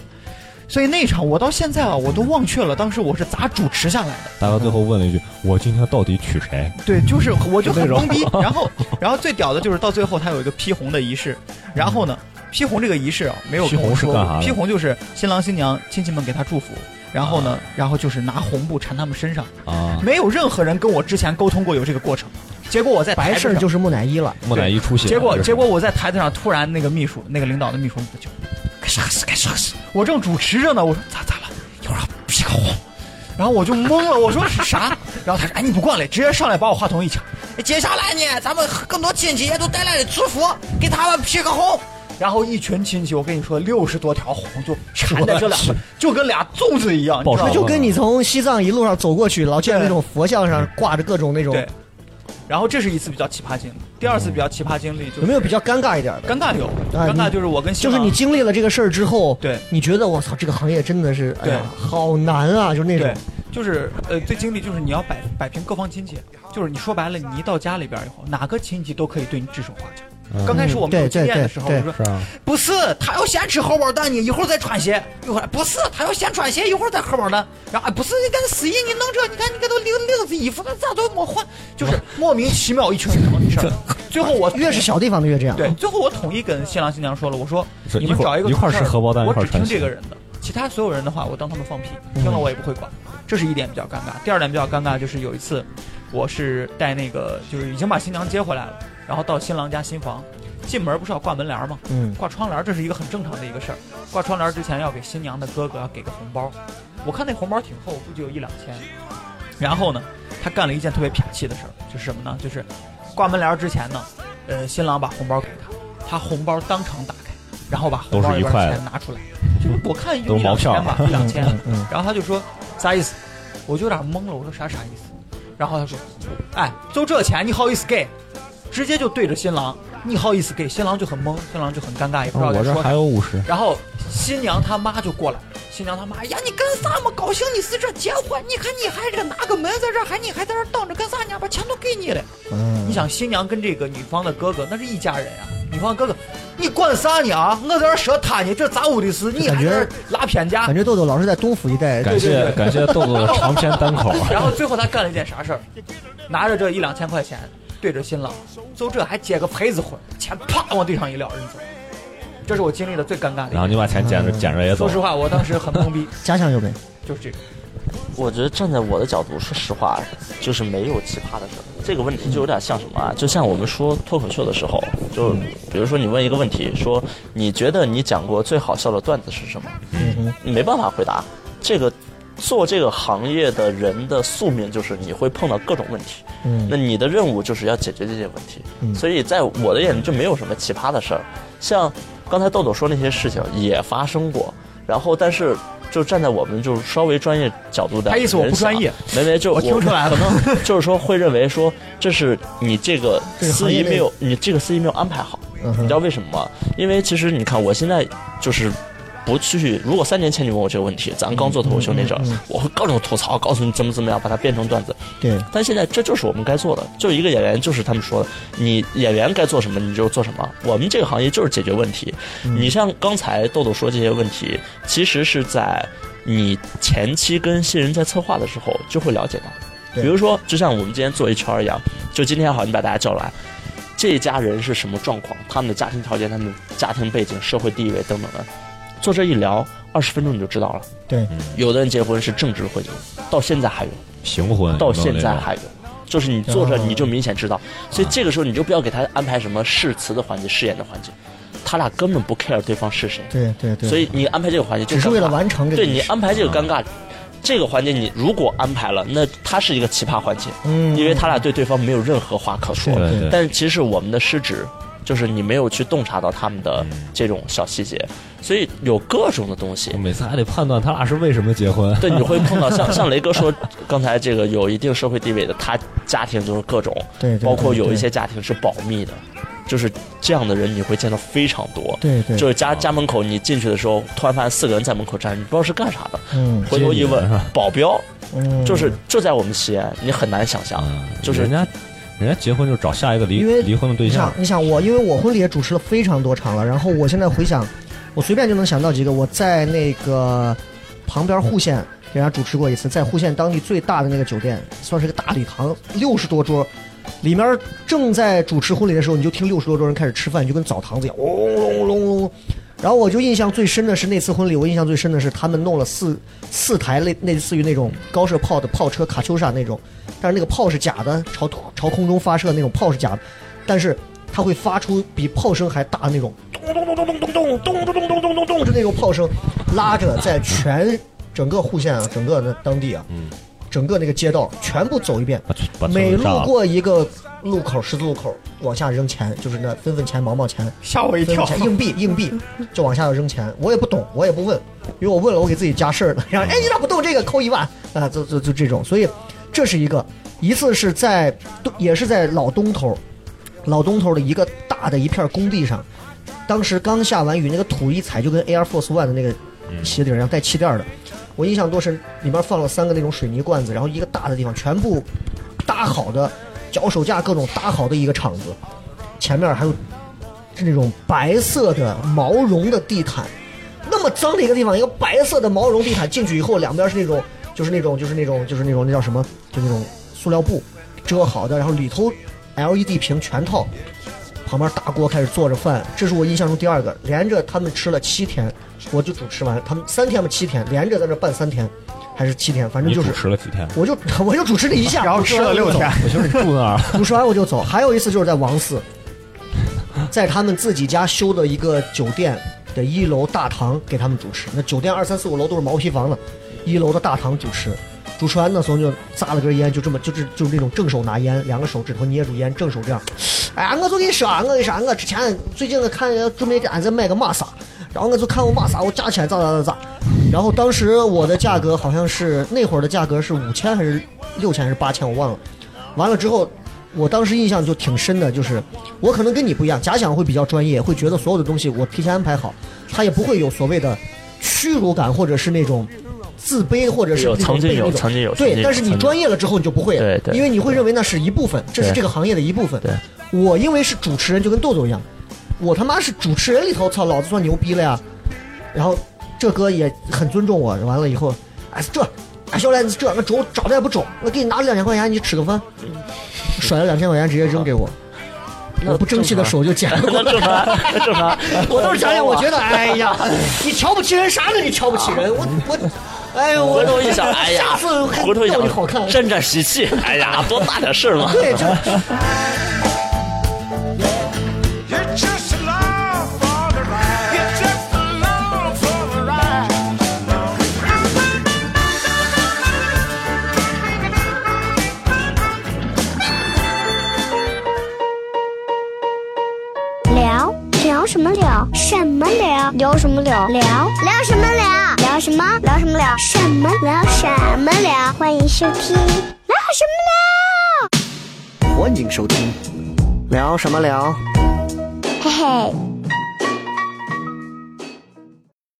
S6: 所以那一场我到现在啊，我都忘却了当时我是咋主持下来的。
S3: 大哥最后问了一句：“我今天到底娶谁
S6: 对，就是我就很
S3: 就那
S6: 懵
S3: 种
S6: 逼。然后，然后最屌的就是到最后他有一个披红的仪式，然后呢，披红这个仪式啊，没有
S3: 披
S6: 跟我
S3: 红是
S6: 说
S3: 干
S6: 过
S3: 啥的
S6: 披红就是新郎新娘亲戚们给他祝福，然后呢，然后就是拿红布缠他们身上，？”
S3: 啊，
S6: 没有任何人跟我之前沟通过有这个过程。结果我在台
S4: 白
S6: 子
S4: 事儿
S6: 上
S4: 就是木乃伊了，
S3: 木乃伊出血。嗯
S6: 结果
S3: 这是
S6: 结果我在台子上突然那个秘书那个领导的秘书就该啥事该啥事，我正主持着呢，我说咋咋了，一会儿啊劈个红，然后我就懵了，我说是啥？然后他说哎你不惯了，直接上来把我话筒一抢，哎接下来呢咱们更多亲戚也都带来了祝福，给他们劈个红。然后一群亲戚，我跟你说，六十多条红就缠在这俩，
S4: <laughs>
S6: 就跟俩粽子一样，你知道
S3: 爆
S6: 吗
S3: 炸
S4: 就跟你从西藏一路上走过去，老见那种佛像上挂着各种那种，
S6: 嗯对。然后这是一次比较奇葩经历，第二次比较奇葩经历就是
S4: 嗯有没有比较尴尬一点的？
S6: 尴尬有，
S4: 啊
S6: 尴尬
S4: 你
S6: 就是我跟新
S4: 就是
S6: 郎
S4: 你经历了这个事儿之后，
S6: 对
S4: 你觉得我操，这个行业真的是，哎
S6: 对
S4: 呀，好难啊，就是那种
S6: 对，就是呃，最经历就是你要摆摆平各方亲戚，就是你说白了，你一到家里边以后，哪个亲戚都可以对你指手画脚。刚开始我们有
S4: 嗯对对
S6: 经验的
S4: 对
S6: 时候，
S4: 对
S6: 我说
S3: 嗯是啊，
S6: 不是，他要先吃荷包蛋，你一会儿再穿鞋；一会儿不是，他要先穿鞋，一会儿再荷包蛋。然后哎，不是，你看司仪，你弄这，你看你看都领领子衣服，那咋都没换，
S4: <laughs>
S6: 就是莫名其妙一群人搞这事儿。最后我
S4: 越是小地方的越这样。
S6: 对，最后我统一跟新郎新娘说了，我说
S3: 是
S6: 你们
S3: 一会儿
S6: 找一个
S3: 一块儿
S6: 主持
S3: 吃荷包蛋
S6: 我
S3: 一块儿嗯
S6: 只听
S3: 穿
S6: 这
S3: 鞋
S6: 个人的，其他所有人的话我当他们放屁，听了我也不会管。这是一点比较尴尬。第二点比较尴尬就是有一次，我是带那个就是已经把新娘接回来了，然后到新郎家新房，进门不是要挂门帘吗？
S4: 嗯，
S6: 挂窗帘这是一个很正常的一个事儿。挂窗帘之前要给新娘的哥哥啊要给个红包，我看那红包挺厚，估计有一两千。然后呢，他干了一件特别痞气的事儿，就是什么呢？就是挂门帘之前呢，呃，新郎把红包给他，他红包当场打开，然后把红包
S3: 都是
S6: 里
S3: 一
S6: 边
S3: 块
S6: 的
S3: 的
S6: 钱拿出来，就是我看
S3: 都是
S6: 有一
S3: 毛
S6: 两
S3: 片儿
S6: 千吧，一
S3: <laughs>
S6: 两千
S4: 嗯。嗯
S6: 然后他就说啥意思？我就有点懵了，我说啥啥意思？然后他说，哎，就这钱你好意思给？直接就对着新郎，你好意思给？新郎就很懵，新郎就很尴尬，也不知道
S3: 哦嗯我
S6: 该
S3: 这
S6: 说
S3: 还
S6: 啥。
S3: 有五十，
S6: 然后新娘他妈就过来，新娘他妈，哎呀，你干啥嘛？高兴你是这结婚，你看你还这拿个门在这儿，还你还在这儿等着干啥呢？把钱都给你了。
S4: 嗯，
S6: 你想新娘跟这个女方的哥哥那是一家人啊，女方哥哥，
S7: 你管啥呢啊？我在这儿说他呢，这咋回的事？你还在这儿拉偏架
S4: 感？觉豆豆老是在东府一带，
S3: 感谢感谢豆豆的长篇单口。
S6: <laughs> 然后最后他干了一件啥事儿？拿着这一两千块钱，对着新郎，就这还接个陪子婚，钱啪往地上一撂，人走。这是我经历的最尴尬的
S3: <laughs>
S6: 一
S3: 然后
S6: 件。
S3: 你把钱捡着捡着也走
S6: 说，实话，我当时很懵逼，
S4: 家乡有没？
S6: 就是这个。
S5: 我觉得站在我的角度，说实话，就是没有奇葩的事儿。这个问题就有点像什么啊？就像我们说脱口秀的时候，就比如说你问一个问题，说你觉得你讲过最好笑的段子是什么？你没办法回答。这个做这个行业的人的宿命就是你会碰到各种问题，
S4: 嗯
S5: 那你的任务就是要解决这些问题。
S4: 嗯
S5: 所以在我的眼里就没有什么奇葩的事儿，像刚才豆豆说那些事情也发生过，然后但是。就站在我们就是稍微专业角度的，
S6: 他意思我不专业，
S5: 没没就
S6: 我听出来
S5: 可
S6: 了
S5: 能就是说会认为说这是你这个
S4: 这是
S5: 司
S4: 行业
S5: 仪
S4: 内
S5: 没有你这个司仪没有安排好，
S4: 嗯
S5: 你知
S4: 哼，
S5: 道为什么吗？因为其实你看，我现在就是不去。如果三年前你问我这个问题，咱刚做脱口秀那阵儿，
S6: 嗯
S5: 我会各种吐槽，告诉你怎么怎么样，把它变成段子。
S4: 对，
S5: 但现在这就是我们该做的，就一个演员，就是他们说的，你演员该做什么你就做什么。我们这个行业就是解决问题。
S4: 嗯
S5: 你像刚才豆豆说这些问题，其实是在你前期跟新人在策划的时候就会了解到。
S4: 对
S5: 比如说，就像我们今天做 HR 一样，就今天好，你把大家叫来，这一家人是什么状况，他们的家庭条件、他们的家庭背景、社会地位等等的，坐这一聊，二十分钟你就知道了。
S4: 对，
S5: 有的人结婚是政治婚姻，到现在还有。
S3: 行
S4: 哎
S3: 婚
S5: 到现
S4: 哦
S5: 在还有，就是你坐着你就明显知道，所
S4: 啊
S5: 以这个时候你就不要给他安排什么誓词的环节、誓言的环节，他俩根本不 care 对方是谁，
S4: 对对对，
S5: 所以你安排这个环节就
S4: 只是为了
S5: 尴尬
S4: 完成这个啊
S5: 对
S4: 仪
S5: 你
S4: 式
S5: 安排这个尴尬，这个环节你如果安排了，那它是一个奇葩环节，
S4: 嗯
S5: 因为他俩对对方没有任何话可说
S4: 对，
S3: 对对
S5: 但是其实是我们的失职，就是你没有去洞察到他们的
S4: 嗯
S5: 这种小细节，所以有各种的东西
S3: 我，每次还得判断他俩是为什么结婚。
S5: 对，你会碰到像像雷哥说刚才这个有一定社会地位的，他家庭就是各种，
S4: 对对对
S5: 包括有一些家庭是保密的，就是这样的人你会见到非常多。
S4: 对对
S5: 就是家家门口你进去的时候，突然发现四个人在门口站着，你不知道是干啥的。
S4: 嗯
S5: 回头一
S3: 接你
S5: 问
S3: 的是吧，
S5: 保镖
S4: 嗯，
S5: 就是就在我们西安，你很难想象，就
S3: 嗯啊
S5: 是
S3: 人家人家结婚就找下一个离
S4: 因为
S3: 离婚的对
S4: 你想
S3: 象，，
S4: 你想我，因为我婚礼也主持了非常多场了，然后我现在回想，我随便就能想到几个。我在那个旁边户县给人家主持过一次，在户县当地最大的那个酒店，算是个大礼堂，六十多桌，里面正在主持婚礼的时候，你就听六十多桌人开始吃饭，就跟澡堂子一样，嗡嗡嗡嗡嗡。然后我就印象最深的是那次婚礼，我印象最深的是他们弄了四四台类类似于那种高射炮的炮车卡秋莎那种，但是那个炮是假的，朝土朝空中发射那种炮是假的，但是它会发出比炮声还大的那种咚咚咚咚咚咚咚咚咚咚咚咚咚的那种炮声，拉着在全整个户县啊，整个那当地啊，整个那个街道全部走一遍，
S3: 把村把村
S4: 每
S3: 子
S4: 路
S3: 炸了。
S4: 过一个路口十字路口往下扔钱，就是那分分钱毛毛钱。
S6: 吓我一
S4: <laughs> 分
S6: 跳！
S4: 钱硬币硬币就往下扔钱，我也不懂，我也不问，因为我问了我给自己加事儿了。然后哎，你咋不动这个扣一万啊？就就就这种，所以这是一个，一次是在也是在老东头，老东头的一个大的一片工地上，当时刚下完雨，那个土一踩就跟 Air Force One 的那个鞋底儿一样，带气垫儿的。我印象多深，里面放了三个那种水泥罐子，然后一个大的地方全部搭好的脚手架，各种搭好的一个场子，前面还有是那种白色的毛绒的地毯，那么脏的一个地方，一个白色的毛绒地毯进去以后，两边是那种就是那种就是那种就是那种那叫什么，就那种塑料布遮好的，然后里头 LED 屏全套，旁边大锅开始做着饭，这是我印象中第二个，连着他们吃了七天，我就主持完，他们三天吧七天，连着在那办三天，还是七天，反正
S3: 你
S4: 就
S3: 主
S4: 是。
S3: 持了几天？
S4: 我就 <laughs> 我就主持了一下，
S6: 然后吃了六天，
S3: 我就是住那儿，
S4: 主持完我就走。还有一次就是在王寺，在他们自己家修的一个酒店的一楼大堂给他们主持。那酒店二三四五楼都是毛坯房的，一楼的大堂主持。主持完那时候就扎了根烟，就这么就是就是那种正手拿烟，两个手指头捏住烟，正手这样。哎呀，我就跟你说啊，我跟你说啊，我之前最近我看人家准备俺在买个玛莎，然后我就看我玛莎，我价钱咋咋咋咋。然后当时我的价格好像是那会儿的价格是五千还是六千还是八千，我忘了。完了之后，我当时印象就挺深的，就是我可能跟你不一样，假想会比较专业，会觉得所有的东西我提前安排好，他也不会有所谓的屈辱感，或者是那种自卑，或者是
S5: 有
S4: 那种
S5: 曾经
S4: 被
S5: 有
S4: 那种
S5: 曾经有曾经
S4: 对，
S5: 有
S4: 但是你
S5: 曾经
S4: 专业了之后你就不会了，
S5: 对对
S4: 因为你会认为那是一部分，这是这个行业的一部分。
S5: 对
S4: 我因为是主持人，就跟豆豆一样，我他妈是主持人里头，操，老子算牛逼了呀。然后这哥也很尊重我，完了以后，哎这，哎小磊这那找找的也不找，我给你拿了两千块钱，你吃个饭，甩了两千块钱直接扔给我，我不争气的手就捡了过来。
S5: 那正常，那正常。
S4: <laughs> 我都是想想，我觉得，哎呀，你瞧不起人啥呢？你瞧不起人，我
S5: <laughs>
S4: 我，哎呦，我
S5: 回头一想，哎呀，
S4: 下次我看
S5: 回头一
S4: 到
S5: 想
S4: 底好看。
S5: 沾沾喜气，哎呀，多大点事儿嘛。
S4: 对，这
S2: You're just along for the ride. You're just along for the ride.
S1: “聊”聊什么聊？什么聊？聊什么聊？聊聊什么聊？聊什么？聊什么聊？什么聊？什么聊？欢迎收听“聊什么聊
S8: 欢迎收听，聊什么聊？”，
S1: 嘿嘿。